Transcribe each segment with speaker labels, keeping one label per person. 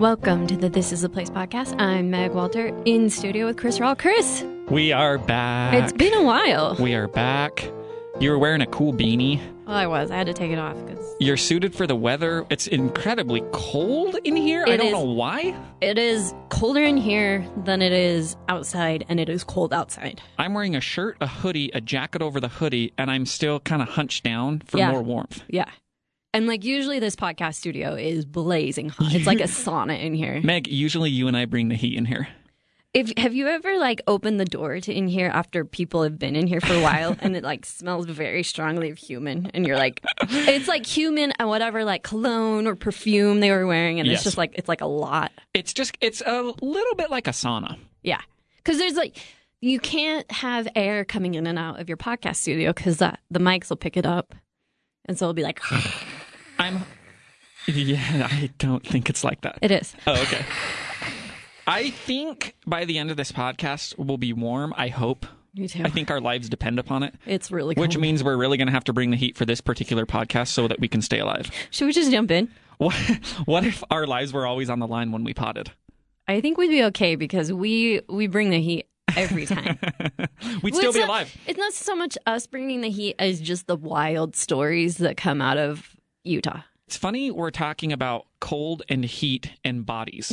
Speaker 1: Welcome to the This Is the Place podcast. I'm Meg Walter in studio with Chris Rawl. Chris,
Speaker 2: We are back.
Speaker 1: it's been a while.
Speaker 2: We are back. You were wearing a cool beanie.
Speaker 1: Well, I was. I had to take it off because
Speaker 2: You're suited for the weather. It's incredibly cold in here. I
Speaker 1: It
Speaker 2: don't
Speaker 1: is.
Speaker 2: know why.
Speaker 1: it is colder in here than it is outside, and it is cold outside.
Speaker 2: I'm wearing a shirt, a hoodie, a jacket over the hoodie, and I'm still kind of hunched down for
Speaker 1: Yeah.
Speaker 2: more warmth.
Speaker 1: Yeah. And like usually, this podcast studio is blazing hot. It's like a sauna in here.
Speaker 2: Meg, usually you and I bring the heat in here.
Speaker 1: If have you ever like opened the door to in here after people have been in here for a while and it like smells very strongly of human and you're like it's like human and whatever like cologne or perfume they were wearing and it's
Speaker 2: Yes.
Speaker 1: just like it's like a lot.
Speaker 2: It's just, it's a little bit like a sauna.
Speaker 1: Yeah. Cuz there's like you can't have air coming in and out of your podcast studio cuz the, the mics will pick it up. And so it'll be like
Speaker 2: I'm, yeah, I don't think it's like that.
Speaker 1: it is.
Speaker 2: Oh, okay. I think by the end of this podcast, we'll be warm. I hope.
Speaker 1: You too.
Speaker 2: I think our lives depend upon it.
Speaker 1: It's really cool.
Speaker 2: Which means we're really going to have to bring the heat for this particular podcast so that we can stay alive.
Speaker 1: Should we just jump in?
Speaker 2: What, what if our lives were always on the line when we potted?
Speaker 1: I think we'd be okay because we we bring the heat every time. Well,
Speaker 2: We'd still
Speaker 1: it's
Speaker 2: be
Speaker 1: not-
Speaker 2: alive.
Speaker 1: It's not so much us bringing the heat as just the wild stories that come out of Utah.
Speaker 2: It's funny we're talking about cold and heat and bodies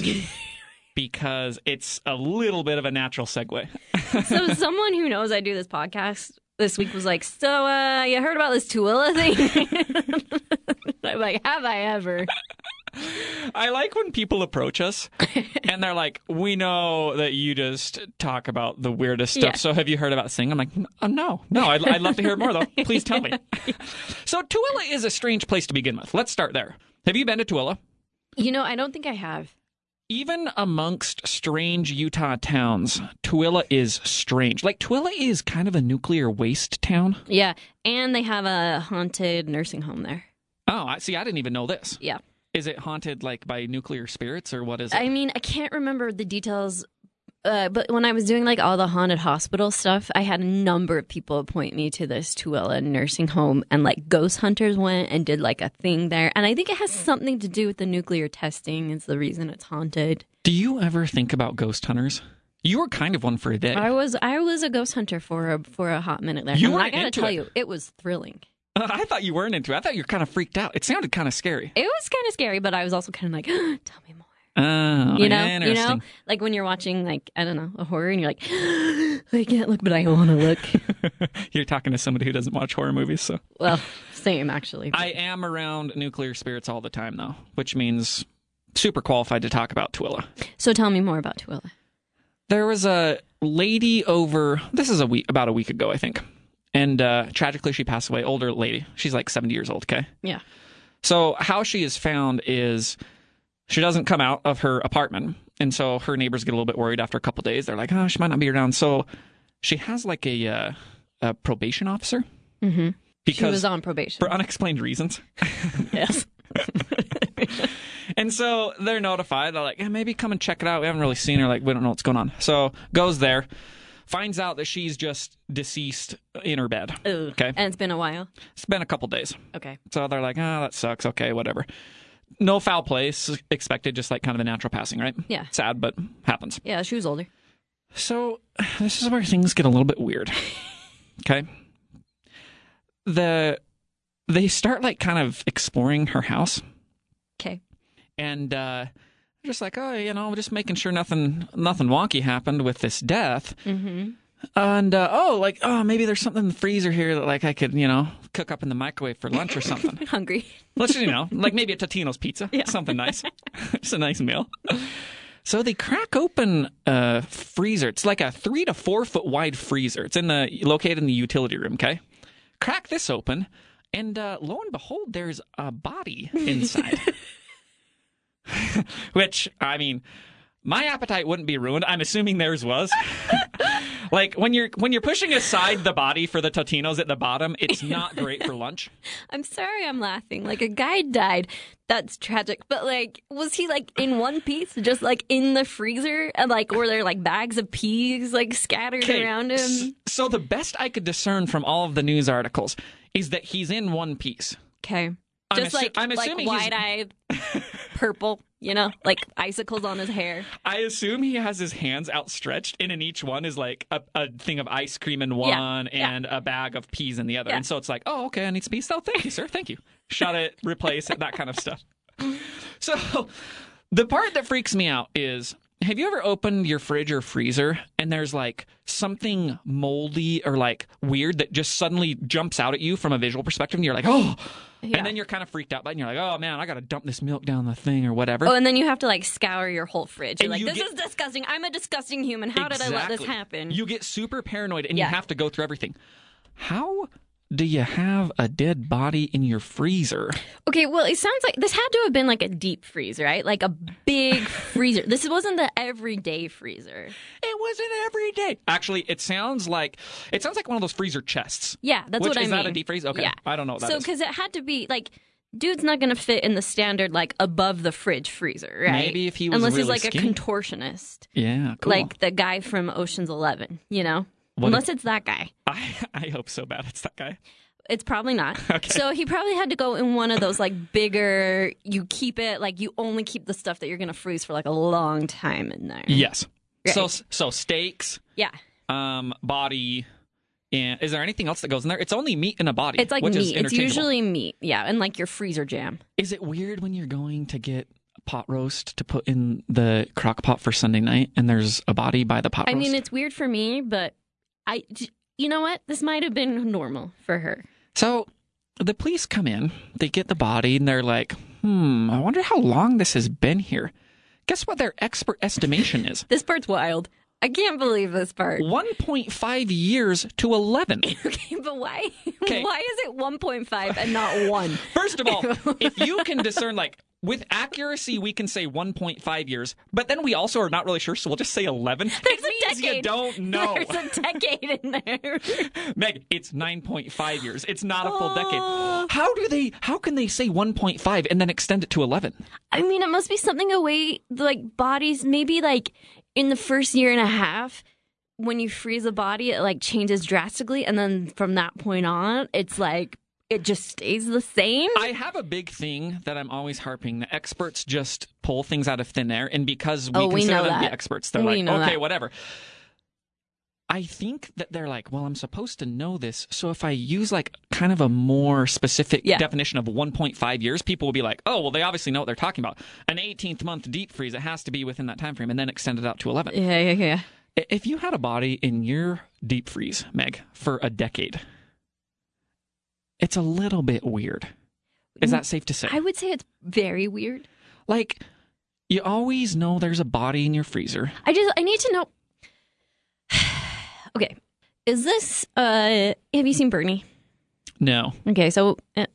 Speaker 2: because it's a little bit of a natural segue.
Speaker 1: So someone who knows I do this podcast this week was like, "So uh, you heard about this Tooele thing?" I'm like, "Have I ever?"
Speaker 2: I like when people approach us and they're like, "We know that you just talk about the weirdest stuff.
Speaker 1: Yeah.
Speaker 2: So have you heard about Sing?" I'm like, "Uh, "No, no. I'd, I'd love to hear more though. Please tell me." so Tooele is a strange place to begin with. Let's start there. Have you been to Tooele?
Speaker 1: You know, I don't think I have.
Speaker 2: Even amongst strange Utah towns, Tooele is strange. Like Tooele is kind of a nuclear waste town.
Speaker 1: Yeah, and they have a haunted nursing home there.
Speaker 2: Oh, I see. I didn't even know this.
Speaker 1: Yeah,
Speaker 2: Is it haunted like by nuclear spirits or what is it?
Speaker 1: I mean, I can't remember the details. Uh, but when I was doing like all the haunted hospital stuff, I had a number of people point me to this Tooele nursing home, and like ghost hunters went and did like a thing there. And I think it has
Speaker 2: Mm.
Speaker 1: something to do with the nuclear testing is the reason it's haunted.
Speaker 2: Do you ever think about ghost hunters? You were kind of one for a day.
Speaker 1: I was I was a ghost hunter for a for a hot minute there.
Speaker 2: Mm. You
Speaker 1: and I
Speaker 2: weren't
Speaker 1: gotta
Speaker 2: into
Speaker 1: tell
Speaker 2: it.
Speaker 1: you, it was thrilling.
Speaker 2: Uh, I thought you weren't into it. I thought you were kind of freaked out. It sounded kind of scary.
Speaker 1: It was kind of scary, but I was also kind of like, tell me more.
Speaker 2: Oh,
Speaker 1: you know, you
Speaker 2: interesting.
Speaker 1: know, like when you're watching like I don't know a horror and you're like, I can't look, but I want to look.
Speaker 2: You're talking to somebody who doesn't watch horror movies, so.
Speaker 1: Well, same actually.
Speaker 2: I am around nuclear spirits all the time, though, which means super qualified to talk about Twilla.
Speaker 1: so tell me more about Twila.
Speaker 2: There was a lady over, this is a week, about a week ago, I think. And uh, tragically, she passed away, older lady. She's like 70 years old, okay?
Speaker 1: Yeah.
Speaker 2: So how she is found is she doesn't come out of her apartment, and so her neighbors get a little bit worried after a couple days. They're like, "Oh, she might not be around." So she has like a, uh, a probation officer
Speaker 1: Mm-hmm. She
Speaker 2: because
Speaker 1: was on probation.
Speaker 2: for unexplained reasons.
Speaker 1: yes.
Speaker 2: And so they're notified. They're like, yeah, maybe come and check it out. We haven't really seen her. Like, we don't know what's going on. So goes there, finds out that she's just deceased in her bed.
Speaker 1: Ooh.
Speaker 2: Okay.
Speaker 1: And it's been a while.
Speaker 2: It's been a couple days.
Speaker 1: Okay.
Speaker 2: So they're like, ah, that sucks. Okay, whatever. No foul play s- expected, just like kind of a natural passing, right?
Speaker 1: Yeah.
Speaker 2: Sad, but happens.
Speaker 1: Yeah, she was older.
Speaker 2: So this is where things get a little bit weird. okay. The they start like kind of exploring her house
Speaker 1: Okay.
Speaker 2: and uh just like, oh, you know, just making sure nothing nothing wonky happened with this death.
Speaker 1: Mm-hmm.
Speaker 2: And uh, oh, like, oh, maybe there's something in the freezer here that like I could, you know, cook up in the microwave for lunch or something.
Speaker 1: Hungry.
Speaker 2: Let's just, you know, like maybe a Totino's pizza, something nice. just a nice meal. So they crack open a freezer. It's like a three to four foot wide freezer. It's in the located in the utility room. Okay, crack this open, and uh, lo and behold, there's a body inside. Which I mean, my appetite wouldn't be ruined. I'm assuming theirs was. like when you're when you're pushing aside the body for the Totinos at the bottom, it's not great for lunch.
Speaker 1: I'm sorry I'm laughing. Like a guy died. That's tragic. But like was he like in one piece just like in the freezer and like were there like bags of peas like scattered
Speaker 2: Okay,
Speaker 1: around
Speaker 2: s-
Speaker 1: him?
Speaker 2: So the best I could discern from all of the news articles is that he's in one piece.
Speaker 1: Okay.
Speaker 2: I'm
Speaker 1: Just
Speaker 2: assu-
Speaker 1: like
Speaker 2: I'm
Speaker 1: like
Speaker 2: assuming he's-
Speaker 1: wide-eyed purple, you know, like icicles on his hair.
Speaker 2: I assume he has his hands outstretched, and in each one is like a, a thing of ice cream in one
Speaker 1: yeah.
Speaker 2: and a bag of peas in the other.
Speaker 1: Yeah.
Speaker 2: And so it's like, oh, okay, I need some peas. Oh, thank you, sir. Thank you. Shut it, replace it, that kind of stuff. So the part that freaks me out is have you ever opened your fridge or freezer and there's like something moldy or like weird that just suddenly jumps out at you from a visual perspective and you're like, oh,
Speaker 1: Yeah.
Speaker 2: and then you're kind of freaked out by it and you're like, oh man, I got to dump this milk down the thing or whatever.
Speaker 1: Oh, and then you have to like scour your whole fridge. You're
Speaker 2: And
Speaker 1: like,
Speaker 2: you
Speaker 1: this
Speaker 2: get-
Speaker 1: is disgusting. I'm a disgusting human. How did I let this
Speaker 2: Exactly.
Speaker 1: happen?
Speaker 2: You get super paranoid and
Speaker 1: Yeah.
Speaker 2: you have to go through everything. How do you have a dead body in your freezer?
Speaker 1: Okay, well, it sounds like this had to have been like a deep freeze, right? Like a big freezer. This wasn't the everyday freezer.
Speaker 2: It wasn't every day. Actually, it sounds like it sounds like one of those freezer chests.
Speaker 1: Yeah, that's
Speaker 2: Which-
Speaker 1: what I
Speaker 2: is
Speaker 1: mean.
Speaker 2: that a deep freeze? Okay,
Speaker 1: Yeah.
Speaker 2: I don't know what that
Speaker 1: so
Speaker 2: is.
Speaker 1: because it had to be like, dude's not going to fit in the standard like above the fridge freezer, right?
Speaker 2: Maybe if he was
Speaker 1: unless he's like
Speaker 2: really skinny.
Speaker 1: a contortionist,
Speaker 2: Yeah, cool.
Speaker 1: like the guy from Ocean's Eleven, you know.
Speaker 2: What
Speaker 1: unless it's that guy.
Speaker 2: I, I hope so bad it's that guy.
Speaker 1: It's probably not.
Speaker 2: Okay.
Speaker 1: So he probably had to go in one of those like bigger. You keep it like you only keep the stuff that you're gonna freeze for like a long time in there.
Speaker 2: Yes. So
Speaker 1: Right.
Speaker 2: so steaks,
Speaker 1: Yeah.
Speaker 2: um, body. And is there anything else that goes in there? It's only meat and a body.
Speaker 1: It's like
Speaker 2: which Is
Speaker 1: meat. It's
Speaker 2: interchangeable.
Speaker 1: usually meat. Yeah, and like your freezer jam.
Speaker 2: Is it weird when you're going to get pot roast to put in the crock pot for Sunday night and there's a body by the pot
Speaker 1: I
Speaker 2: roast?
Speaker 1: mean, it's weird for me, but I. You know what? This might have been normal for her.
Speaker 2: so the police come in, they get the body, and they're like, hmm, I wonder how long this has been here. Guess what their expert estimation is?
Speaker 1: This part's wild. I can't believe this part.
Speaker 2: 1.5 years to 11.
Speaker 1: Okay, but why?
Speaker 2: Okay.
Speaker 1: Why is it 1.5 and not one?
Speaker 2: First of all, if you can discern, like, with accuracy, we can say 1.5 years, but then we also are not really sure, so we'll just say 11.
Speaker 1: There's
Speaker 2: it
Speaker 1: a
Speaker 2: means
Speaker 1: decade.
Speaker 2: you don't know.
Speaker 1: There's a decade in there.
Speaker 2: Meg, it's 9.5 years. It's not a full
Speaker 1: Oh.
Speaker 2: decade. How do they how can they say 1.5 and then extend it to 11?
Speaker 1: I mean, it must be something away like bodies. Maybe like in the first year and a half, when you freeze a body, it like changes drastically, and then from that point on, it's like it just stays the same.
Speaker 2: I have a big thing that I'm always harping. The experts just pull things out of thin air and because we
Speaker 1: Oh, we
Speaker 2: consider
Speaker 1: know
Speaker 2: them the
Speaker 1: that.
Speaker 2: experts, they're
Speaker 1: We
Speaker 2: like,
Speaker 1: know
Speaker 2: "Okay,
Speaker 1: that.
Speaker 2: whatever." I think that they're like, "Well, I'm supposed to know this, so if I use like kind of a more specific
Speaker 1: Yeah.
Speaker 2: definition of 1.5 years, people will be like, "Oh, well, they obviously know what they're talking about." An 18th month deep freeze, it has to be within that time frame and then extend it out to 11.
Speaker 1: yeah, yeah, yeah.
Speaker 2: I- If you had a body in your deep freeze, Meg, for a decade, it's a little bit weird. Is that safe to say?
Speaker 1: I would say it's very weird.
Speaker 2: Like, you always know there's a body in your freezer.
Speaker 1: I just I need to know. okay, is this? uh Have you seen Bernie?
Speaker 2: No,
Speaker 1: Okay, so uh,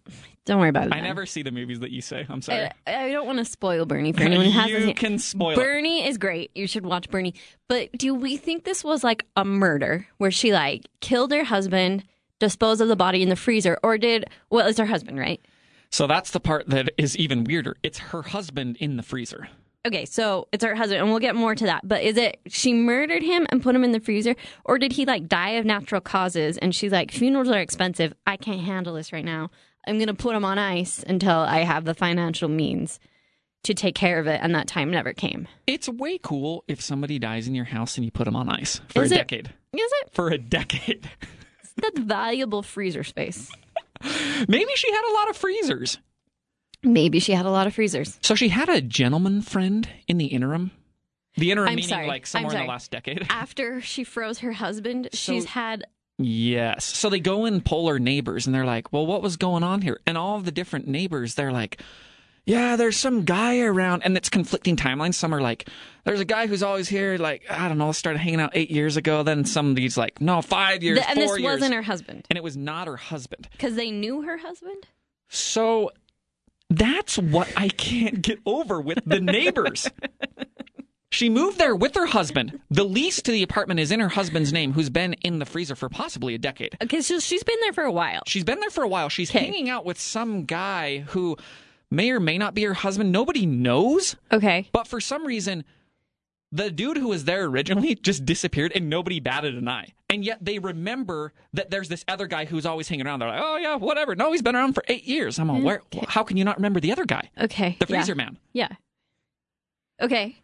Speaker 1: don't worry about it.
Speaker 2: I
Speaker 1: then.
Speaker 2: never see the movies that you say. I'm sorry.
Speaker 1: I, I don't want to spoil Bernie for Uh, anyone who hasn't seen
Speaker 2: you
Speaker 1: it.
Speaker 2: can spoil it.
Speaker 1: Bernie is great. You should watch Bernie. But do we think this was like a murder where she like killed her husband, disposed of the body in the freezer, or did well? It's her husband, right?
Speaker 2: So that's the part that is even weirder. It's her husband in the freezer.
Speaker 1: Okay, so it's her husband, and we'll get more to that. But is it she murdered him and put him in the freezer, or did he like die of natural causes? And she's like, funerals are expensive. I can't handle this right now. I'm gonna put him on ice until I have the financial means to take care of it, and that time never came.
Speaker 2: It's way cool if somebody dies in your house and you put them on ice for
Speaker 1: Is
Speaker 2: a
Speaker 1: it-
Speaker 2: decade.
Speaker 1: Is it
Speaker 2: For a decade.
Speaker 1: that's valuable freezer space?
Speaker 2: Maybe she had a lot of freezers.
Speaker 1: Maybe she had a lot of freezers.
Speaker 2: So she had a gentleman friend in the interim. The interim
Speaker 1: I'm
Speaker 2: meaning
Speaker 1: sorry.
Speaker 2: like
Speaker 1: I'm
Speaker 2: somewhere in
Speaker 1: sorry.
Speaker 2: the last decade.
Speaker 1: After she froze her husband, she's had
Speaker 2: yes. So they go and poll her neighbors and they're like, "Well, what was going on here?" And all of the different neighbors, they're like, "Yeah, there's some guy around." And it's conflicting timelines. Some are like, "There's a guy who's always here like, I don't know, started hanging out 8 years ago." Then somebody's like, "No, 5 years,
Speaker 1: and
Speaker 2: 4
Speaker 1: this
Speaker 2: years."
Speaker 1: wasn't her husband
Speaker 2: and it was not her husband.
Speaker 1: because they knew her husband.
Speaker 2: So that's what I can't get over with the neighbors. she moved there with her husband. The lease to the apartment is in her husband's name, who's been in the freezer for possibly a decade.
Speaker 1: Okay, so she's been there for a while.
Speaker 2: She's been there for a while. She's
Speaker 1: Okay.
Speaker 2: hanging out with some guy who may or may not be her husband. Nobody knows.
Speaker 1: Okay,
Speaker 2: But for some reason, the dude who was there originally just disappeared and nobody batted an eye. And yet they remember that there's this other guy who's always hanging around. They're like, oh, yeah, whatever. No, he's been around for eight years. I'm all, where, how can you not remember the other guy?
Speaker 1: Okay.
Speaker 2: The
Speaker 1: yeah.
Speaker 2: freezer man.
Speaker 1: Yeah. Okay.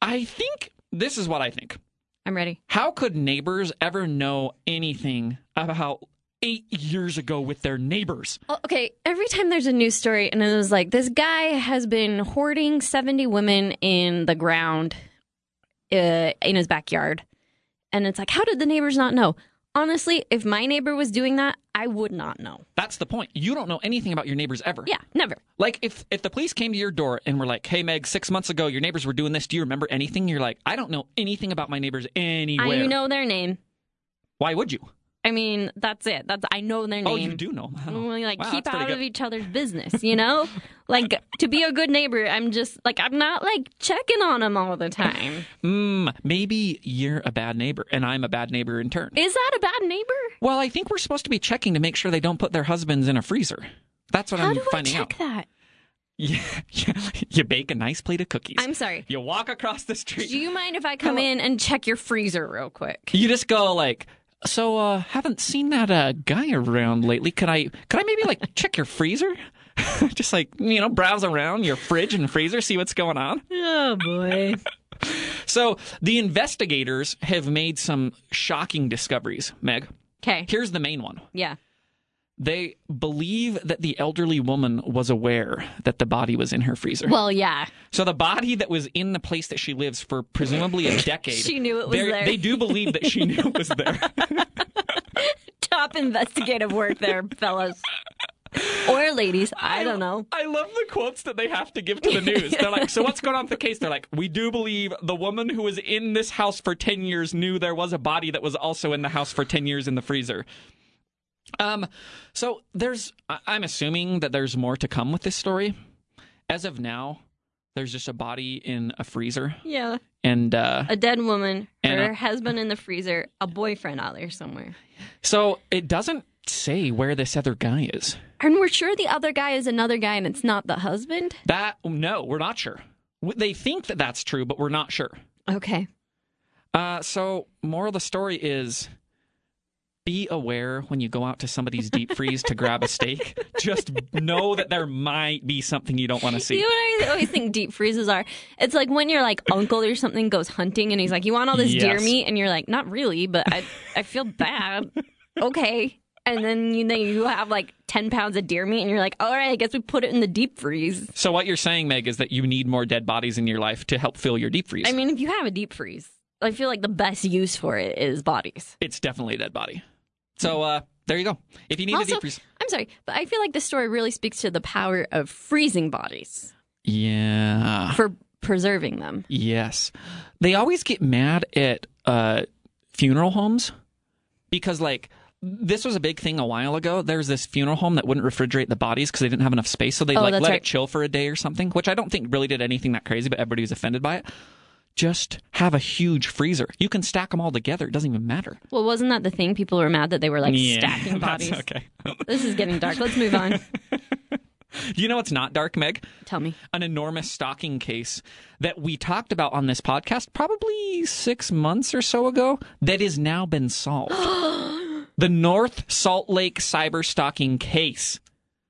Speaker 2: I think this is what I think.
Speaker 1: I'm ready.
Speaker 2: How could neighbors ever know anything about eight years ago with their neighbors?
Speaker 1: Oh, Okay, every time there's a news story and it was like this guy has been hoarding 70 women in the ground uh, in his backyard. And it's like, how did the neighbors not know? Honestly, if my neighbor was doing that, I would not know.
Speaker 2: That's the point. You don't know anything about your neighbors ever.
Speaker 1: Yeah, never.
Speaker 2: Like if if the police came to your door and were like, "Hey Meg, 6 months ago your neighbors were doing this. Do you remember anything?" You're like, "I don't know anything about my neighbors anywhere."
Speaker 1: I know their name.
Speaker 2: Why would you?
Speaker 1: I mean, that's it. That's I know their name.
Speaker 2: Oh, you do know. Wow.
Speaker 1: And we, like
Speaker 2: Wow,
Speaker 1: keep
Speaker 2: that's pretty
Speaker 1: out of
Speaker 2: good.
Speaker 1: each other's business, you know? like to be a good neighbor, I'm just like I'm not like checking on them all the time.
Speaker 2: Mm, maybe you're a bad neighbor and I'm a bad neighbor in turn.
Speaker 1: Is that a bad neighbor?
Speaker 2: well, I think we're supposed to be checking to make sure they don't put their husbands in a freezer. That's what
Speaker 1: How
Speaker 2: I'm
Speaker 1: do I
Speaker 2: finding
Speaker 1: check
Speaker 2: out.
Speaker 1: that?
Speaker 2: Yeah, you bake a nice plate of cookies.
Speaker 1: I'm sorry.
Speaker 2: you walk across the street.
Speaker 1: Do you mind if I come
Speaker 2: Hello.
Speaker 1: in and check your freezer real quick?
Speaker 2: you just go like so uh haven't seen that uh guy around lately could i could i maybe like check your freezer just like you know browse around your fridge and freezer see what's going on
Speaker 1: Oh boy.
Speaker 2: so the investigators have made some shocking discoveries meg
Speaker 1: Okay.
Speaker 2: here's the main one
Speaker 1: Yeah.
Speaker 2: they believe that the elderly woman was aware that the body was in her freezer
Speaker 1: Well, yeah.
Speaker 2: so the body that was in the place that she lives for presumably a decade
Speaker 1: She knew it was
Speaker 2: they're-
Speaker 1: there.
Speaker 2: they do believe that she knew it was there
Speaker 1: Top investigative work there, fellas. Or ladies, I don't know.
Speaker 2: I love the quotes that they have to give to the news. They're like, so what's going on with the case? They're like, we do believe the woman who was in this house for 10 years knew there was a body that was also in the house for 10 years in the freezer. Um, so there's, I- I'm assuming that there's more to come with this story. As of now, there's just a body in a freezer.
Speaker 1: Yeah.
Speaker 2: And uh,
Speaker 1: A dead woman,
Speaker 2: And
Speaker 1: her
Speaker 2: a-
Speaker 1: husband in the freezer, a boyfriend out there somewhere.
Speaker 2: so it doesn't say where this other guy is.
Speaker 1: And we're sure the other guy is another guy and it's not the husband?
Speaker 2: That, no, we're not sure. W- They think that that's true, but we're not sure.
Speaker 1: Okay.
Speaker 2: Uh, so, moral of the story is be aware when you go out to somebody's deep freeze to grab a steak. Just know that there might be something you don't want to
Speaker 1: You know
Speaker 2: see.
Speaker 1: what I always think deep freezes are? It's like when your like uncle or something goes hunting and he's like, "You want all this deer
Speaker 2: Yes.
Speaker 1: meat?" and you're like, "Not really, but I I feel bad." okay, and then you know you have like ten pounds of deer meat and you're like, "All right, I guess we put it in the deep freeze."
Speaker 2: So, what you're saying, Meg, is that you need more dead bodies in your life to help fill your deep freeze.
Speaker 1: I mean, if you have a deep freeze, I feel like the best use for it is bodies.
Speaker 2: it's definitely a dead body. So, uh, there you go. If you need a
Speaker 1: Also,
Speaker 2: deep freeze.
Speaker 1: I'm sorry, but I feel like this story really speaks to the power of freezing bodies
Speaker 2: Yeah.
Speaker 1: for preserving them.
Speaker 2: Yes. They always get mad at uh, funeral homes because, like, this was a big thing a while ago. There's this funeral home that wouldn't refrigerate the bodies because they didn't have enough space. So they,
Speaker 1: Oh,
Speaker 2: like,
Speaker 1: that's
Speaker 2: let
Speaker 1: right.
Speaker 2: it chill for a day or something, which I don't think really did anything that crazy, but everybody was offended by it. Just have a huge freezer. You can stack them all together. It doesn't even matter.
Speaker 1: Well, wasn't that the thing? People were mad that they were like stacking
Speaker 2: that's
Speaker 1: bodies.
Speaker 2: okay.
Speaker 1: This is getting dark. Let's move on.
Speaker 2: you know what's not dark, Meg?
Speaker 1: Tell me.
Speaker 2: an enormous stalking case that we talked about on this podcast probably six months or so ago that has now been solved. the North Salt Lake cyber stalking case.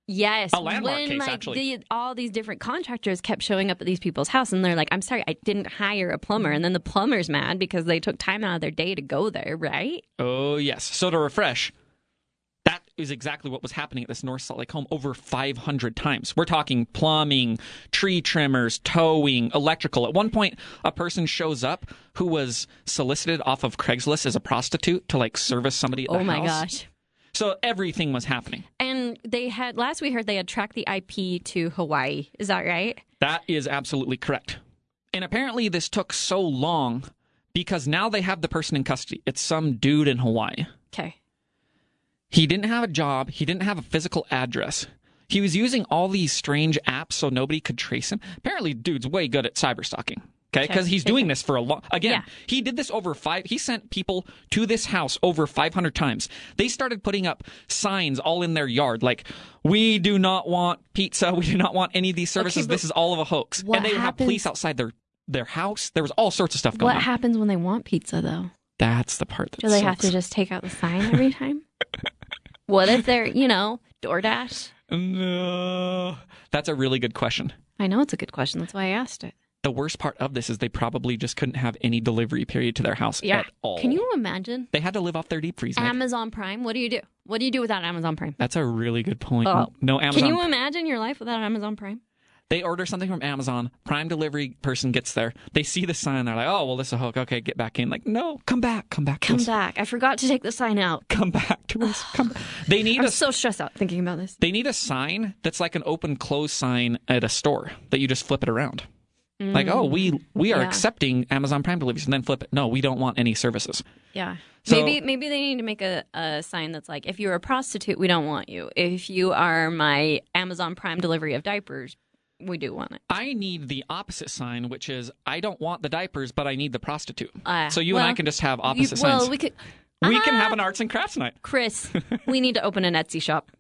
Speaker 1: Yes,
Speaker 2: A landmark
Speaker 1: when
Speaker 2: case,
Speaker 1: like
Speaker 2: actually.
Speaker 1: the, all these different contractors kept showing up at these people's house, and they're like, "I'm sorry, I didn't hire a plumber," and then the plumber's mad because they took time out of their day to go there, right?
Speaker 2: Oh, yes. So to refresh, that is exactly what was happening at this North Salt Lake home over 500 times. We're talking plumbing, tree trimmers, towing, electrical. At one point, a person shows up who was solicited off of Craigslist as a prostitute to like service somebody at
Speaker 1: Oh
Speaker 2: the
Speaker 1: my
Speaker 2: house.
Speaker 1: gosh!
Speaker 2: So everything was happening.
Speaker 1: And they had last we heard they had tracked the IP to Hawaii. Is that right?
Speaker 2: That is absolutely correct. And apparently, this took so long because now they have the person in custody. It's some dude in Hawaii.
Speaker 1: Okay.
Speaker 2: He didn't have a job, he didn't have a physical address. He was using all these strange apps so nobody could trace him. Apparently, dude's way good at cyber stalking. Okay,
Speaker 1: Okay.
Speaker 2: because he's doing this for a long. Again,
Speaker 1: Yeah.
Speaker 2: he did this over five. He sent people to this house over 500 times. They started putting up signs all in their yard, like "We do not want pizza. We do not want any of these services.
Speaker 1: but
Speaker 2: this is all of a hoax."
Speaker 1: what
Speaker 2: and they would have
Speaker 1: happens-
Speaker 2: police outside their their house. There was all sorts of stuff going
Speaker 1: What
Speaker 2: on.
Speaker 1: happens when they want pizza, though?
Speaker 2: That's the part that
Speaker 1: Do they have
Speaker 2: sucks.
Speaker 1: to just take out the sign every time? what if they're, you know, DoorDash?
Speaker 2: No. That's a really good question.
Speaker 1: I know it's a good question. That's why I asked it.
Speaker 2: The worst part of this is they probably just couldn't have any delivery period to their house at all.
Speaker 1: Can you imagine?
Speaker 2: They had to live off their deep freeze. Nick.
Speaker 1: Amazon Prime. What do you do? What do you do without Amazon Prime?
Speaker 2: That's a really good point.
Speaker 1: Oh.
Speaker 2: No Amazon.
Speaker 1: Can you imagine your life without Amazon Prime?
Speaker 2: they order something from Amazon. Prime delivery person gets there. They see the sign. They're like, "Oh, well, this is a hook. Okay, get back in." Like, no, come back, come back, to
Speaker 1: Come
Speaker 2: us.
Speaker 1: back. I forgot to take the sign out.
Speaker 2: come back to us. Come. back." They need
Speaker 1: I'm
Speaker 2: a
Speaker 1: so stressed out thinking about this.
Speaker 2: they need a sign that's like an open close sign at a store that you just flip it around. Like, oh, we we are
Speaker 1: Mm, Yeah.
Speaker 2: accepting Amazon Prime deliveries, and then flip it. No, we don't want any services.
Speaker 1: Yeah.
Speaker 2: So-
Speaker 1: maybe maybe they need to make a, a sign that's like, if you're a prostitute, we don't want you. If you are my Amazon Prime delivery of diapers, we do want it.
Speaker 2: I need the opposite sign, which is I don't want the diapers, but I need the prostitute.
Speaker 1: Uh,
Speaker 2: so you and I
Speaker 1: well,
Speaker 2: can just have
Speaker 1: You-
Speaker 2: opposite
Speaker 1: well,
Speaker 2: signs.
Speaker 1: we Uh-huh. could. Ah,
Speaker 2: we can have an arts and crafts night.
Speaker 1: Chris, we need to open an Etsy shop.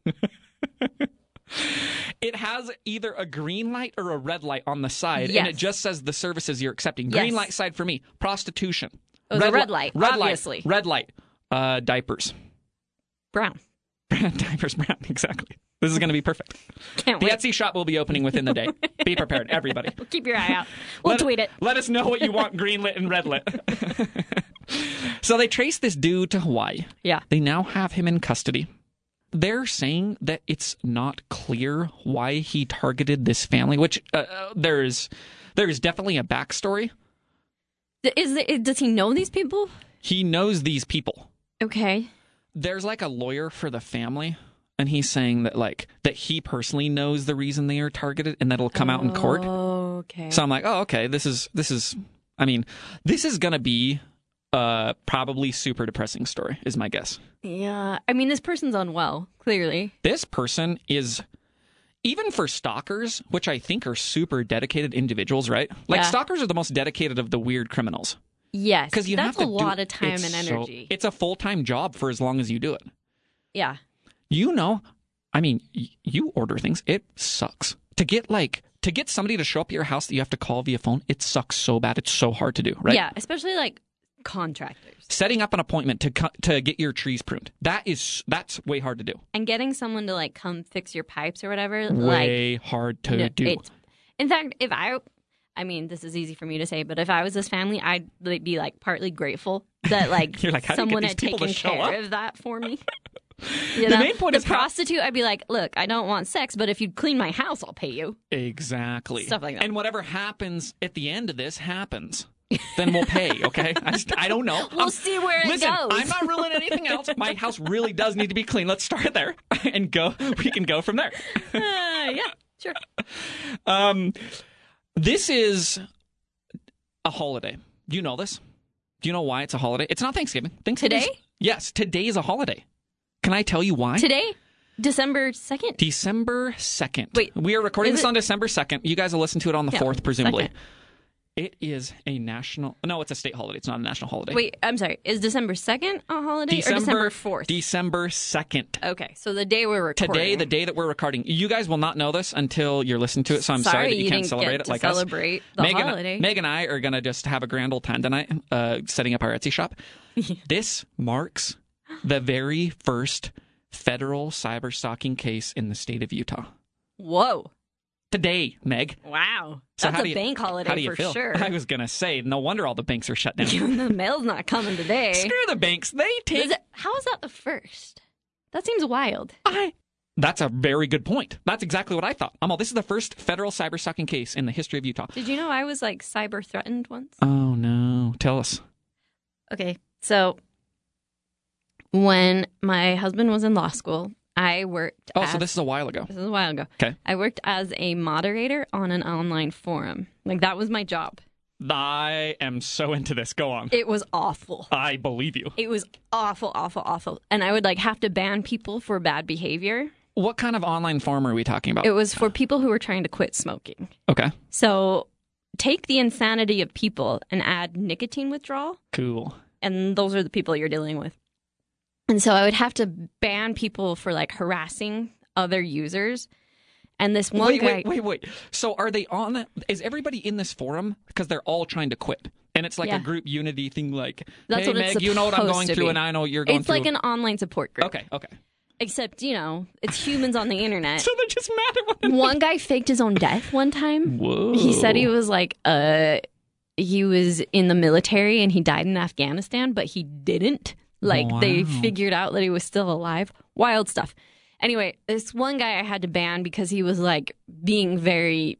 Speaker 2: It has either a green light or a red light on the side, and
Speaker 1: Yes.
Speaker 2: it just says the services you're accepting.
Speaker 1: Yes.
Speaker 2: Green light side for me, prostitution.
Speaker 1: Oh, the
Speaker 2: li-
Speaker 1: red light,
Speaker 2: Red
Speaker 1: obviously.
Speaker 2: light. Red light. Uh, diapers.
Speaker 1: Brown.
Speaker 2: diapers brown. Exactly. This is going to be perfect.
Speaker 1: Can't
Speaker 2: The
Speaker 1: wait.
Speaker 2: Etsy shop will be opening within the day. be prepared, everybody.
Speaker 1: Keep your eye out. We'll
Speaker 2: Let-
Speaker 1: tweet it.
Speaker 2: Let us know what you want greenlit and redlit. so they traced this dude to Hawaii.
Speaker 1: Yeah.
Speaker 2: They now have him in custody. They're saying that it's not clear why he targeted this family, which uh, uh, there is there is definitely a backstory.
Speaker 1: D- Is the, does he know these people?
Speaker 2: He knows these people.
Speaker 1: Okay.
Speaker 2: There's like a lawyer for the family, and he's saying that like that he personally knows the reason they are targeted, and that'll come out in court.
Speaker 1: Okay.
Speaker 2: So I'm like, oh, okay, this is this is. I mean, this is gonna be uh probably super depressing story is my guess.
Speaker 1: yeah. I mean, this person's unwell, clearly.
Speaker 2: This person is even for stalkers, which I think are super dedicated individuals, right? Like
Speaker 1: Yeah.
Speaker 2: stalkers are the most dedicated of the weird criminals
Speaker 1: Yes.
Speaker 2: because you
Speaker 1: That's
Speaker 2: have to
Speaker 1: a
Speaker 2: do-
Speaker 1: lot of time
Speaker 2: it's
Speaker 1: and
Speaker 2: so-
Speaker 1: energy.
Speaker 2: it's a full time job for as long as you do it.
Speaker 1: yeah.
Speaker 2: You know, I mean, y- you order things. It sucks to get like to get somebody to show up at your house that you have to call via phone. It sucks so bad. It's so hard to do, right?
Speaker 1: Yeah. Especially like contractors
Speaker 2: setting up an appointment to cut, to get your trees pruned that is that's way hard to do
Speaker 1: and getting someone to like come fix your pipes or whatever. like,
Speaker 2: way hard to
Speaker 1: No,
Speaker 2: do
Speaker 1: it's- in fact, if I, I mean, this is easy for me to say, but if I was this family, I'd like, be like partly grateful that like,
Speaker 2: You're like, "How do you get
Speaker 1: someone
Speaker 2: these
Speaker 1: had
Speaker 2: people to
Speaker 1: taken
Speaker 2: show
Speaker 1: care
Speaker 2: up?"
Speaker 1: of that for me. You
Speaker 2: The
Speaker 1: know?
Speaker 2: main point
Speaker 1: the
Speaker 2: is how-
Speaker 1: prostitute. I'd be like, look, I don't want sex, but if you'd clean my house, I'll pay you.
Speaker 2: exactly
Speaker 1: Stuff like that.
Speaker 2: and whatever happens at the end of this happens then we'll pay okay i, just, I don't know
Speaker 1: We'll
Speaker 2: I'm-
Speaker 1: see where it
Speaker 2: Listen,
Speaker 1: goes.
Speaker 2: I'm not ruling anything else. My house really does need to be clean. Let's start there and go. We can go from there.
Speaker 1: Uh, yeah, sure.
Speaker 2: Um, this is a holiday. You know this. Do you know why it's a holiday? It's not Thanksgiving. Thanksgiving.
Speaker 1: Today?
Speaker 2: Yes, today is a holiday. Can I tell you why?
Speaker 1: Today, December second.
Speaker 2: December 2nd.
Speaker 1: Wait,
Speaker 2: we are recording
Speaker 1: is
Speaker 2: this
Speaker 1: it-
Speaker 2: on December 2nd. You guys will listen to it on the
Speaker 1: Yeah,
Speaker 2: 4th, presumably.
Speaker 1: second.
Speaker 2: It is a national. No, it's a state holiday. It's not a national holiday.
Speaker 1: Wait, I'm sorry. Is December second a holiday or December fourth?
Speaker 2: December 2nd.
Speaker 1: okay, so the day we're recording
Speaker 2: Today, the day that we're recording, you guys will not know this until you're listening to it. So I'm sorry,
Speaker 1: Sorry
Speaker 2: that you,
Speaker 1: you
Speaker 2: can't
Speaker 1: didn't
Speaker 2: celebrate
Speaker 1: get
Speaker 2: it
Speaker 1: to
Speaker 2: like
Speaker 1: celebrate
Speaker 2: us.
Speaker 1: the
Speaker 2: Meg and-
Speaker 1: holiday.
Speaker 2: Meg and I are gonna just have a grand old time tonight, uh, setting up our Etsy shop. this marks the very first federal cyber stalking case in the state of Utah.
Speaker 1: Whoa!
Speaker 2: Today, Meg.
Speaker 1: Wow,
Speaker 2: So
Speaker 1: that's
Speaker 2: how
Speaker 1: a
Speaker 2: do you-
Speaker 1: bank holiday
Speaker 2: how do you
Speaker 1: for
Speaker 2: feel?
Speaker 1: sure.
Speaker 2: I was gonna say, no wonder all the banks are shut down.
Speaker 1: the mail's not coming today.
Speaker 2: Screw the banks. They take.
Speaker 1: Is it- how is that the first? That seems wild.
Speaker 2: I. That's a very good point. That's exactly what I thought. Amal, this is the first federal cyber stalking case in the history of Utah.
Speaker 1: Did you know I was like cyber threatened once?
Speaker 2: Oh no! Tell us.
Speaker 1: Okay, so when my husband was in law school, I worked.
Speaker 2: Oh,
Speaker 1: as,
Speaker 2: so this is a while ago.
Speaker 1: this is a while ago.
Speaker 2: Okay.
Speaker 1: I worked as a moderator on an online forum. Like that was my job.
Speaker 2: I am so into this. Go on.
Speaker 1: It was awful.
Speaker 2: I believe you.
Speaker 1: It was awful, awful, awful. And I would like have to ban people for bad behavior.
Speaker 2: What kind of online form are we talking about?
Speaker 1: It was for people who were trying to quit smoking.
Speaker 2: okay.
Speaker 1: So take the insanity of people and add nicotine withdrawal,
Speaker 2: Cool.
Speaker 1: and those are the people you're dealing with. And so I would have to ban people for like harassing other users. And this one
Speaker 2: Wait,
Speaker 1: guy.
Speaker 2: wait, wait, wait. So are they on? Is everybody in this forum? Because they're all trying to quit, and it's like
Speaker 1: Yeah.
Speaker 2: a group unity thing. Like,
Speaker 1: That's
Speaker 2: hey,
Speaker 1: what it's
Speaker 2: Meg, you know what I'm
Speaker 1: supposed
Speaker 2: going
Speaker 1: to
Speaker 2: through,
Speaker 1: be.
Speaker 2: and I know you're going
Speaker 1: It's
Speaker 2: through.
Speaker 1: like an online support group.
Speaker 2: okay, okay.
Speaker 1: Except, you know, it's humans on the internet.
Speaker 2: So they're just mad at one. another.
Speaker 1: one guy faked his own death one time.
Speaker 2: Whoa.
Speaker 1: He said he was like, uh, he was in the military and he died in Afghanistan, but he didn't. Like, they
Speaker 2: Wow.
Speaker 1: figured out that he was still alive. Wild stuff. Anyway, this one guy I had to ban because he was like being very,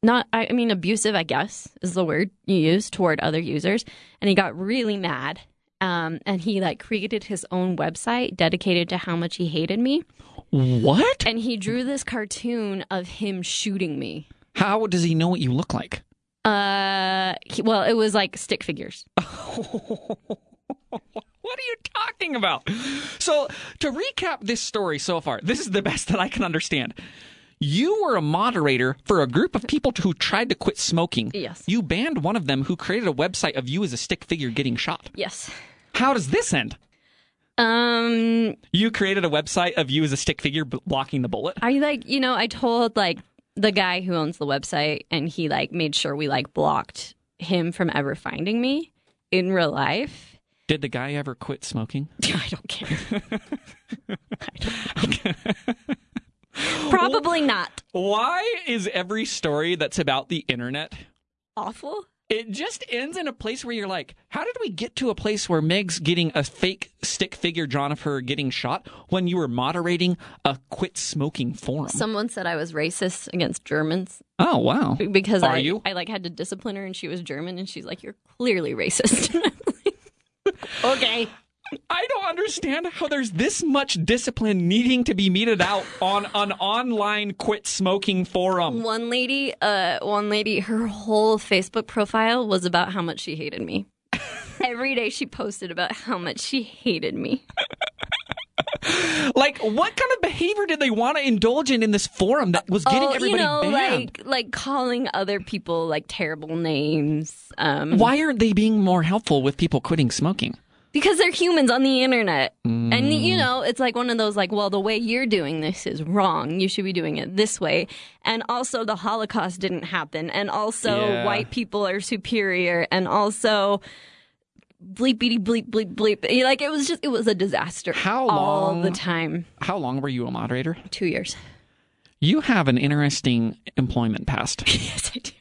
Speaker 1: not, I I mean, abusive, I guess is the word you use toward other users. And he got really mad. Um, and he like created his own website dedicated to how much he hated me
Speaker 2: What?
Speaker 1: and he drew this cartoon of him shooting me.
Speaker 2: How does he know what you look like?
Speaker 1: Uh, he, well, it was like stick figures.
Speaker 2: What are you talking about? So, to recap this story so far, this is the best that I can understand. You were a moderator for a group of people who tried to quit smoking.
Speaker 1: Yes.
Speaker 2: You banned one of them who created a website of you as a stick figure getting shot.
Speaker 1: Yes.
Speaker 2: How does this end?
Speaker 1: Um,
Speaker 2: You created a website of you as a stick figure b- blocking the bullet.
Speaker 1: I like you know I told like the guy who owns the website, and he like made sure we like blocked him from ever finding me in real life.
Speaker 2: Did the guy ever quit smoking?
Speaker 1: I don't care. Probably not
Speaker 2: Why is every story that's about the internet
Speaker 1: awful.
Speaker 2: it just ends in a place where you're like, how did we get to a place where Meg's getting a fake stick figure drawn of her getting shot when you were moderating a quit smoking forum?
Speaker 1: Someone said I was racist against Germans
Speaker 2: oh, wow.
Speaker 1: because
Speaker 2: Are
Speaker 1: I,
Speaker 2: you?
Speaker 1: I like had to discipline her and she was German and she's like, You're clearly racist. And I'm like, okay.
Speaker 2: I don't understand how there's this much discipline needing to be meted out on an online quit smoking forum.
Speaker 1: One lady, uh one lady, her whole Facebook profile was about how much she hated me. Every day she posted about how much she hated me. Mm.
Speaker 2: Like, what kind of behavior did they want to indulge in in this forum that was getting
Speaker 1: oh,
Speaker 2: everybody
Speaker 1: you know,
Speaker 2: banned?
Speaker 1: like like calling other people like terrible names. Um
Speaker 2: Why aren't they being more helpful with people quitting smoking?
Speaker 1: because they're humans on the internet. And
Speaker 2: Mm.
Speaker 1: you know, it's like one of those like, well, the way you're doing this is wrong. You should be doing it this way. And also the Holocaust didn't happen. And also
Speaker 2: Yeah.
Speaker 1: white people are superior. And also bleep beady bleep bleep bleep. Like it was just it was a disaster.
Speaker 2: How
Speaker 1: all
Speaker 2: long-
Speaker 1: the time.
Speaker 2: How long were you a moderator?
Speaker 1: Two years.
Speaker 2: You have an interesting employment past.
Speaker 1: Yes, I do.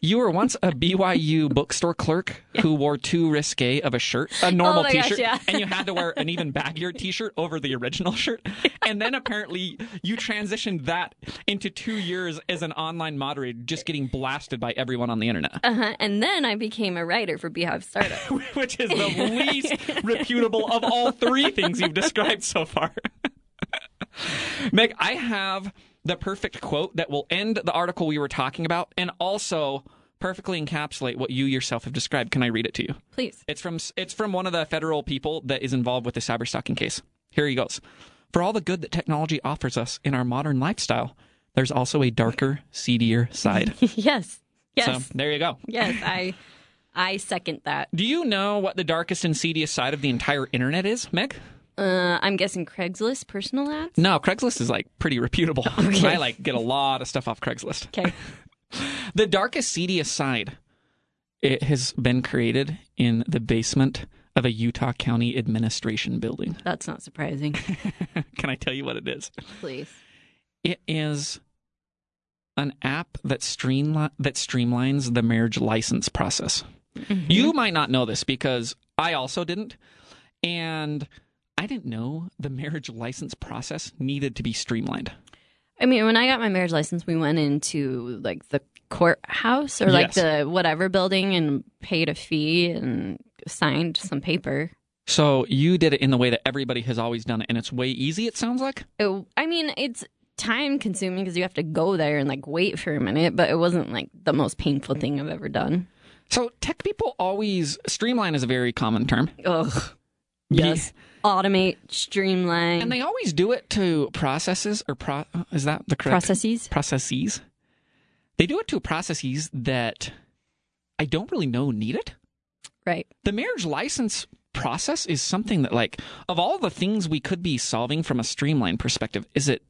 Speaker 2: You were once a BYU bookstore clerk who wore too risque of a shirt, a normal
Speaker 1: Oh my
Speaker 2: t
Speaker 1: gosh,
Speaker 2: shirt,
Speaker 1: yeah.
Speaker 2: and you had to wear an even baggier t shirt over the original shirt. And then apparently you transitioned that into two years as an online moderator, just getting blasted by everyone on the internet,
Speaker 1: Uh-huh. And then I became a writer for Beehive Startup.
Speaker 2: which is the least reputable of all three things you've described so far. Meg, I have the perfect quote that will end the article we were talking about and also perfectly encapsulate what you yourself have described. Can I read it to you?
Speaker 1: Please.
Speaker 2: It's from it's from one of the federal people that is involved with the cyber stalking case. Here he goes. For all the good that technology offers us in our modern lifestyle, there's also a darker, seedier side.
Speaker 1: yes. Yes.
Speaker 2: So there you go.
Speaker 1: Yes. I I second that.
Speaker 2: Do you know what the darkest and seediest side of the entire internet is, Meg?
Speaker 1: Uh, I'm guessing Craigslist personal ads.
Speaker 2: No, Craigslist is like pretty reputable. I like get a lot of stuff off Craigslist.
Speaker 1: Okay.
Speaker 2: The darkest, seediest side it has been created in the basement of a Utah County administration building.
Speaker 1: That's not surprising.
Speaker 2: Can I tell you what it is?
Speaker 1: Please.
Speaker 2: It is an app that streamli- that streamlines the marriage license process. You might not know this because I also didn't, and I didn't know the marriage license process needed to be streamlined.
Speaker 1: I mean, when I got my marriage license, we went into like the courthouse or like
Speaker 2: Yes.
Speaker 1: the whatever building and paid a fee and signed some paper.
Speaker 2: So you did it in the way that everybody has always done it, and it's way easy. It sounds like.
Speaker 1: It, I mean, it's time consuming because you have to go there and like wait for a minute, but it wasn't like the most painful thing I've ever done.
Speaker 2: So tech people always streamline is a very common term.
Speaker 1: Ugh.
Speaker 2: Be-
Speaker 1: Yes. Automate, streamline
Speaker 2: and they always do it to processes or pro- is that the correct
Speaker 1: processes.
Speaker 2: processes. They do it to processes that I don't really know need it.
Speaker 1: Right.
Speaker 2: The marriage license process is something that, like, of all the things we could be solving from a streamlined perspective, is it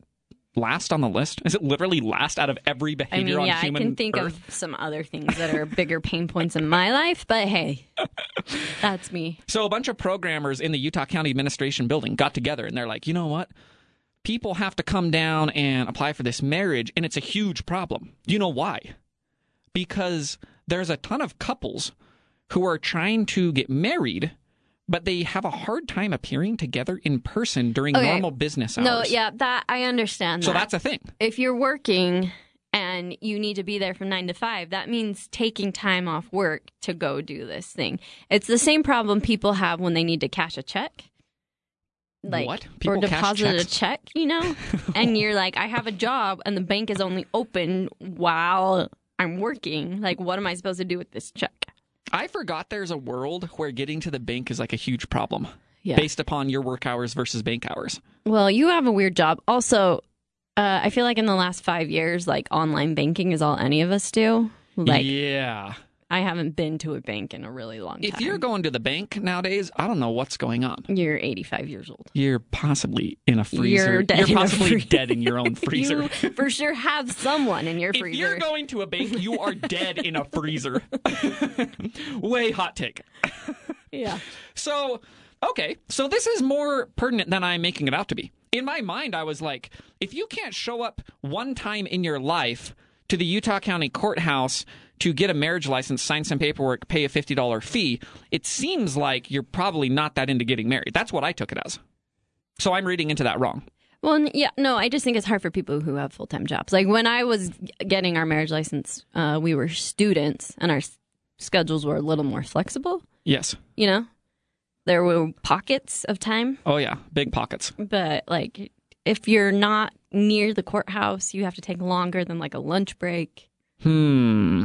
Speaker 2: last on the list? Is it literally last out of every
Speaker 1: I
Speaker 2: behavior
Speaker 1: mean,
Speaker 2: on
Speaker 1: yeah, I
Speaker 2: human
Speaker 1: can think
Speaker 2: earth?
Speaker 1: of some other things that are bigger pain points in my life, but hey, that's me.
Speaker 2: So a bunch of programmers in the Utah County Administration building got together and they're like, you know what? People have to come down and apply for this marriage, and it's a huge problem. You know why? Because there's a ton of couples who are trying to get married, but they have a hard time appearing together in person during
Speaker 1: Okay.
Speaker 2: normal business hours.
Speaker 1: No, yeah, that I understand.
Speaker 2: So
Speaker 1: that.
Speaker 2: that's a thing.
Speaker 1: if you're working and you need to be there from nine to five, that means taking time off work to go do this thing. It's the same problem people have when they need to cash a check.
Speaker 2: What?
Speaker 1: or
Speaker 2: People cash
Speaker 1: deposit a
Speaker 2: checks?
Speaker 1: check, you know? and you're like, I have a job and the bank is only open while I'm working. Like, what am I supposed to do with this check?
Speaker 2: I forgot there's a world where getting to the bank is like a huge problem
Speaker 1: Yeah.
Speaker 2: based upon your work hours versus bank hours.
Speaker 1: Well, you have a weird job. Also, uh, I feel like in the last five years, like online banking is all any of us do. Like,
Speaker 2: yeah.
Speaker 1: I haven't been to a bank in a really long time.
Speaker 2: If you're going to the bank nowadays, I don't know what's going on.
Speaker 1: You're 85 years old.
Speaker 2: You're possibly in a freezer.
Speaker 1: You're dead in a
Speaker 2: possibly
Speaker 1: freezer.
Speaker 2: dead in your own freezer.
Speaker 1: You for sure have someone in your
Speaker 2: if you're
Speaker 1: freezer.
Speaker 2: going to a bank, you are dead in a freezer. Way hot take.
Speaker 1: yeah.
Speaker 2: So, okay. So this is more pertinent than I'm making it out to be. In my mind, I was like, if you can't show up one time in your life to the Utah County Courthouse to get a marriage license, sign some paperwork, pay a $50 fee, it seems like you're probably not that into getting married. That's what I took it as. So I'm reading into that wrong.
Speaker 1: Well, n- yeah, no, I just think it's hard for people who have full time jobs. Like when I was g- getting our marriage license, uh, we were students and our s- schedules were a little more flexible,
Speaker 2: Yes.
Speaker 1: you know? There were pockets of time,
Speaker 2: Oh, yeah. Big pockets.
Speaker 1: but like if you're not near the courthouse, you have to take longer than like a lunch break.
Speaker 2: Hmm.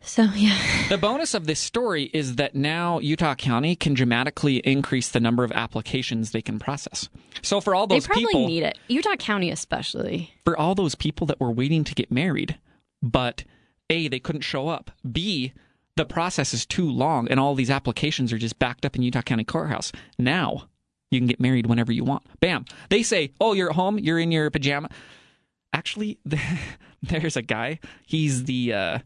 Speaker 1: So, yeah.
Speaker 2: The bonus of this story is that now Utah County can dramatically increase the number of applications they can process. So for all
Speaker 1: They
Speaker 2: those
Speaker 1: probably
Speaker 2: people,
Speaker 1: need it. Utah County, especially.
Speaker 2: for all those people that were waiting to get married, but A, they couldn't show up. B, the process is too long and all these applications are just backed up in Utah County Courthouse. Now you can get married whenever you want. Bam. They say, oh, you're at home, you're in your pajama. Actually, there's a guy. He's the uh,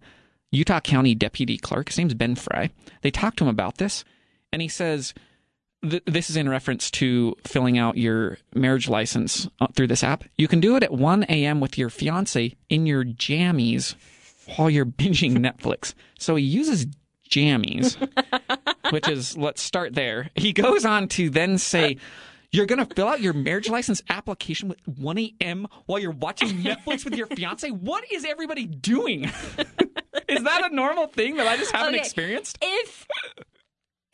Speaker 2: Utah County deputy clerk. His name's Ben Fry. They talked to him about this, and he says, th- this is in reference to filling out your marriage license uh, through this app. You can do it at 1 a.m. with your fiance in your jammies while you're binging Netflix. So he uses jammies, which is, let's start there. He goes on to then say, you're going to fill out your marriage license application with 1 a.m. while you're watching Netflix with your fiance? What is everybody doing? is that a normal thing that I just haven't
Speaker 1: Okay.
Speaker 2: experienced?
Speaker 1: if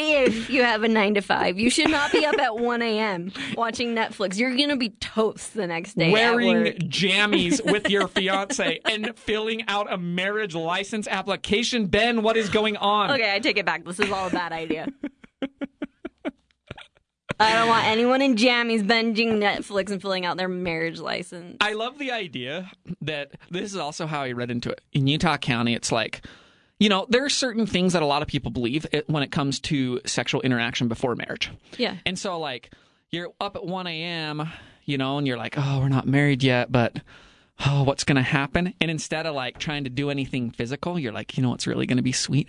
Speaker 1: if you have a nine to five, you should not be up at one a.m. watching Netflix. You're gonna be toast the next day. at
Speaker 2: wearing
Speaker 1: work.
Speaker 2: jammies with your fiance and filling out a marriage license application. Ben, what is going on?
Speaker 1: Okay, I take it back. This is all a bad idea. I don't want anyone in jammies binging Netflix and filling out their marriage license.
Speaker 2: I love the idea that this is also how I read into it. In Utah County, it's like, you know, there are certain things that a lot of people believe it- when it comes to sexual interaction before marriage.
Speaker 1: Yeah.
Speaker 2: And so, like, you're up at 1 a.m., you know, and you're like, oh, we're not married yet, but oh, what's going to happen? And instead of like trying to do anything physical, you're like, you know what's really going to be sweet?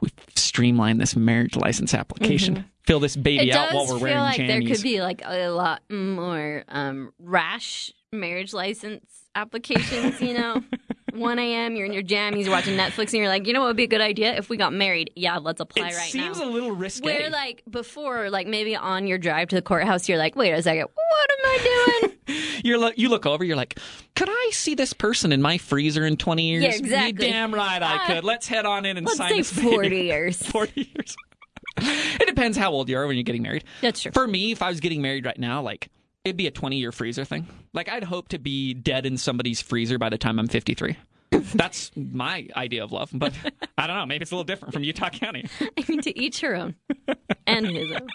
Speaker 2: We've streamlined this marriage license application. Fill this
Speaker 1: Mm-hmm. It
Speaker 2: baby out
Speaker 1: does
Speaker 2: while we're
Speaker 1: feel
Speaker 2: wearing
Speaker 1: like there
Speaker 2: jammies.
Speaker 1: could be like a lot more um, rash marriage license applications. You know, one a.m. You're in your jammies you're watching Netflix, and you're like, you know, what would be a good idea if we got married? Yeah, let's
Speaker 2: it
Speaker 1: apply right
Speaker 2: seems
Speaker 1: now.
Speaker 2: a little risky.
Speaker 1: Where like before, like maybe on your drive to the courthouse, you're like, wait a second, what am I doing?
Speaker 2: You're lo- you look over. You're like, could I see this person in my freezer in 20 years?
Speaker 1: Yeah, exactly.
Speaker 2: You damn right I
Speaker 1: Uh,
Speaker 2: could. Let's head on in and
Speaker 1: Let's
Speaker 2: sign
Speaker 1: say
Speaker 2: this baby.
Speaker 1: forty years.
Speaker 2: 40 years. it depends how old you are when you're getting married.
Speaker 1: That's true.
Speaker 2: For me, if I was getting married right now, like it'd be a 20 year freezer thing. Like I'd hope to be dead in somebody's freezer by the time I'm 53. That's my idea of love, but I don't know. Maybe it's a little different from Utah County.
Speaker 1: I mean, to each her own and his own.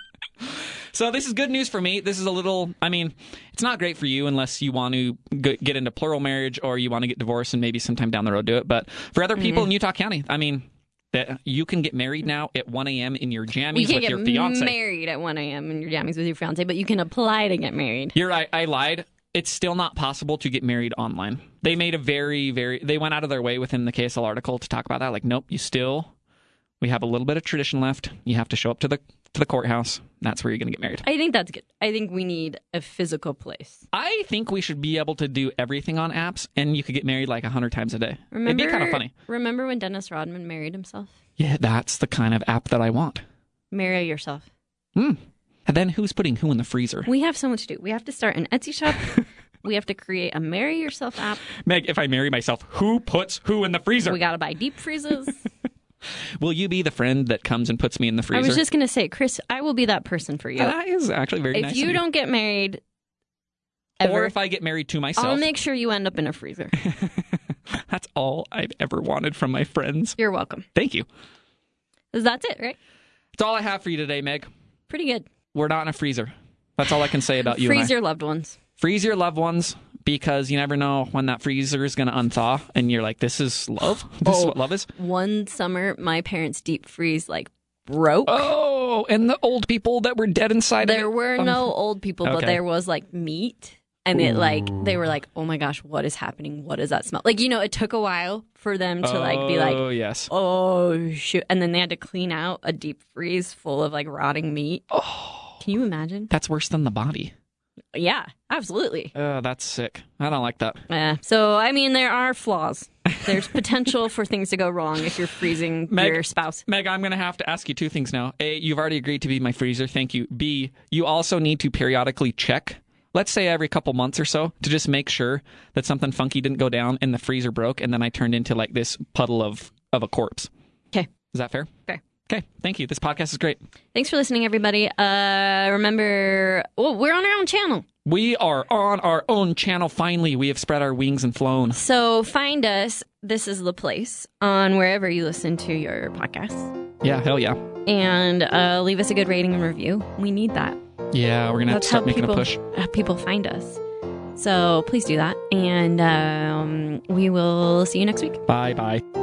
Speaker 2: So this is good news for me. This is a little. I mean, it's not great for you unless you want to g- get into plural marriage or you want to get divorced and maybe sometime down the road do it. But for other people
Speaker 1: Mm-hmm.
Speaker 2: in Utah County, I mean, that you can get married now at 1 a.m. in your jammies
Speaker 1: You can't
Speaker 2: with
Speaker 1: get
Speaker 2: your fiance.
Speaker 1: married at one a.m. in your jammies with your fiance, but you can apply to get married.
Speaker 2: You're right. I lied. it's still not possible to get married online. They made a very, very, they went out of their way within the KSL article to talk about that. Like, nope, you still, we have a little bit of tradition left. You have to show up to the to the courthouse. That's where you're going to get married.
Speaker 1: I think that's good. I think we need a physical place.
Speaker 2: I think we should be able to do everything on apps, and you could get married like hundred times a day.
Speaker 1: Remember,
Speaker 2: It'd be kind of funny.
Speaker 1: Remember when Dennis Rodman married himself?
Speaker 2: Yeah, that's the kind of app that I want.
Speaker 1: Marry yourself.
Speaker 2: Hmm. And then who's putting who in the freezer?
Speaker 1: We have so much to do. We have to start an Etsy shop. we have to create a marry yourself app.
Speaker 2: Meg, if I marry myself, who puts who in the freezer?
Speaker 1: We gotta buy deep freezes.
Speaker 2: Will you be the friend that comes and puts me in the
Speaker 1: I
Speaker 2: freezer?
Speaker 1: was just gonna say, Chris, I will be that person for you.
Speaker 2: that is actually very
Speaker 1: if
Speaker 2: nice.
Speaker 1: you
Speaker 2: of
Speaker 1: don't get married,
Speaker 2: or
Speaker 1: ever,
Speaker 2: if I get married to myself,
Speaker 1: I'll make sure you end up in a freezer.
Speaker 2: that's all I've ever wanted from my friends.
Speaker 1: You're welcome.
Speaker 2: Thank you.
Speaker 1: That's it, right?
Speaker 2: That's all I have for you today, Meg.
Speaker 1: Pretty good.
Speaker 2: We're not in a freezer. That's all I can say about you. and I.
Speaker 1: Freeze your loved ones.
Speaker 2: freeze your loved ones because you never know when that freezer is going to unthaw and you're like this is love this is
Speaker 1: Oh.
Speaker 2: what love is
Speaker 1: One summer, my parents' deep freeze like broke.
Speaker 2: oh and the old people that were dead inside
Speaker 1: there
Speaker 2: of it.
Speaker 1: were
Speaker 2: Um,
Speaker 1: no old people, but
Speaker 2: Okay.
Speaker 1: there was like meat. And it like they were like, oh my gosh, what is happening? What does that smell? Like you know, it took a while for them to like be like,
Speaker 2: oh yes
Speaker 1: oh shoot, and then they had to clean out a deep freeze full of like rotting meat.
Speaker 2: oh
Speaker 1: Can you imagine?
Speaker 2: that's worse than the body
Speaker 1: Yeah, absolutely.
Speaker 2: oh that's sick i don't like that
Speaker 1: Yeah. So I mean, there are flaws. There's potential for things to go wrong if you're freezing
Speaker 2: Meg-
Speaker 1: your spouse.
Speaker 2: meg i'm going to have to ask you two things now a you've already agreed to be my freezer thank you b you also need to periodically check Let's say every couple months or so to just make sure that something funky didn't go down and the freezer broke and then I turned into like this puddle of of a corpse.
Speaker 1: Okay.
Speaker 2: Is that fair?
Speaker 1: Fair.
Speaker 2: Okay. Thank you. This podcast is great.
Speaker 1: Thanks for listening, everybody. Uh, remember, oh, we're on our own channel.
Speaker 2: We are on our own channel. Finally, we have spread our wings and flown.
Speaker 1: So find us. This is the place on wherever you listen to your podcasts,
Speaker 2: Yeah. Hell yeah.
Speaker 1: and uh, leave us a good rating and review. We need that.
Speaker 2: Yeah. We're gonna have to
Speaker 1: That's
Speaker 2: start making
Speaker 1: people
Speaker 2: a push.
Speaker 1: uh, people find us. So please do that, and um, we will see you next week.
Speaker 2: Bye. Bye.